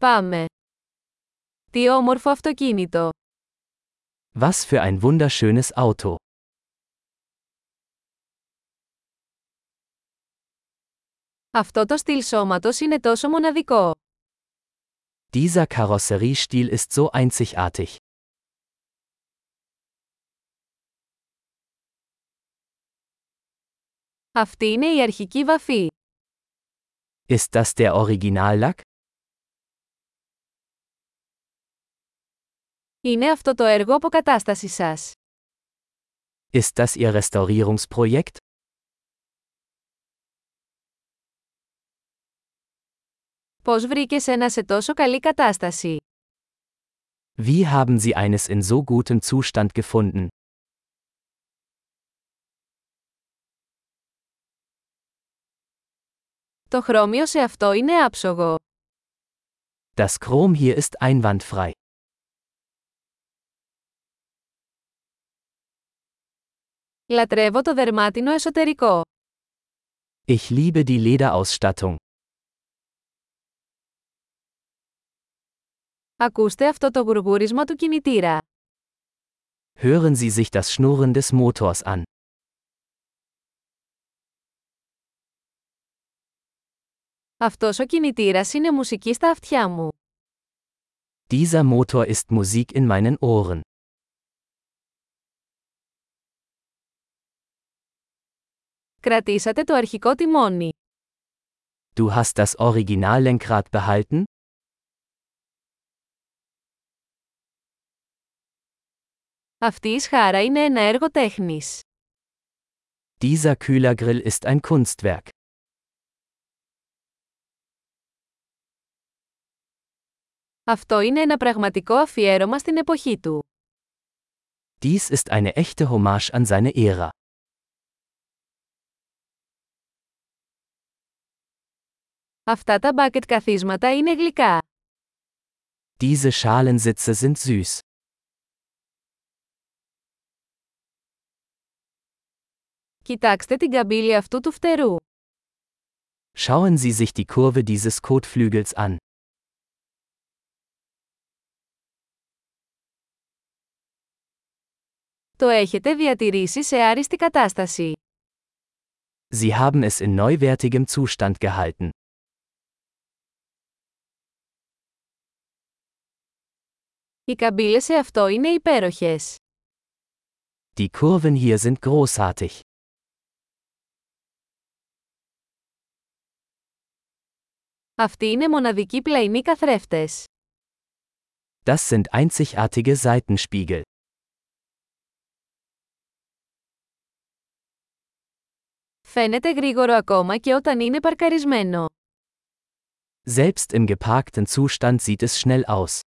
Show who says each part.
Speaker 1: Πάμε. Τι όμορφο αυτοκίνητο.
Speaker 2: Was für ein wunderschönes Auto.
Speaker 1: Αυτό το στυλ σώματος είναι τόσο μοναδικό.
Speaker 2: Dieser Karosseriestil ist so einzigartig.
Speaker 1: Αυτή είναι η αρχική βαφή.
Speaker 2: Ist das der Originallack?
Speaker 1: Είναι αυτό το έργο αποκατάστασης σας.
Speaker 2: Ist das Ihr Restaurierungsprojekt?
Speaker 1: Πώς βρήκες ένα σε τόσο καλή κατάσταση.
Speaker 2: Wie haben Sie eines in so gutem Zustand gefunden?
Speaker 1: Το χρώμιο σε αυτό είναι άψογο.
Speaker 2: Das Chrom hier ist einwandfrei.
Speaker 1: Λατρεύω το δερμάτινο εσωτερικό.
Speaker 2: Ich liebe die Lederausstattung.
Speaker 1: Ακούστε αυτό το γουργούρισμα του κινητήρα.
Speaker 2: Hören Sie sich das Schnurren des Motors an.
Speaker 1: Αυτός ο κινητήρας είναι μουσική στα αυτιά μου.
Speaker 2: Dieser Motor ist Musik in meinen Ohren.
Speaker 1: Κρατήσατε το αρχικό τιμόνι.
Speaker 2: Du hast das Originallenkrad behalten?
Speaker 1: Αυτή η σχάρα είναι ένα έργο τέχνης.
Speaker 2: Dieser Kühlergrill ist ein Kunstwerk.
Speaker 1: Αυτό είναι ένα πραγματικό αφιέρωμα στην εποχή του.
Speaker 2: Dies ist eine echte Hommage an seine Ära.
Speaker 1: Αυτά τα μπάκετ καθίσματα είναι γλυκά.
Speaker 2: Diese Schalensitze sind süß.
Speaker 1: Κοιτάξτε την καμπύλη αυτού του φτερού.
Speaker 2: Schauen Sie sich die Kurve dieses Kotflügels an.
Speaker 1: Το έχετε διατηρήσει σε άριστη κατάσταση.
Speaker 2: Sie haben es in neuwertigem Zustand gehalten.
Speaker 1: Οι καμπύλες σε αυτό είναι υπέροχες.
Speaker 2: Die Kurven hier sind großartig.
Speaker 1: Αυτοί είναι μοναδικοί πλαϊνοί καθρέφτες.
Speaker 2: Das sind einzigartige Seitenspiegel.
Speaker 1: Φαίνεται γρήγορο ακόμα και όταν είναι παρκαρισμένο.
Speaker 2: Selbst im geparkten Zustand sieht es schnell aus.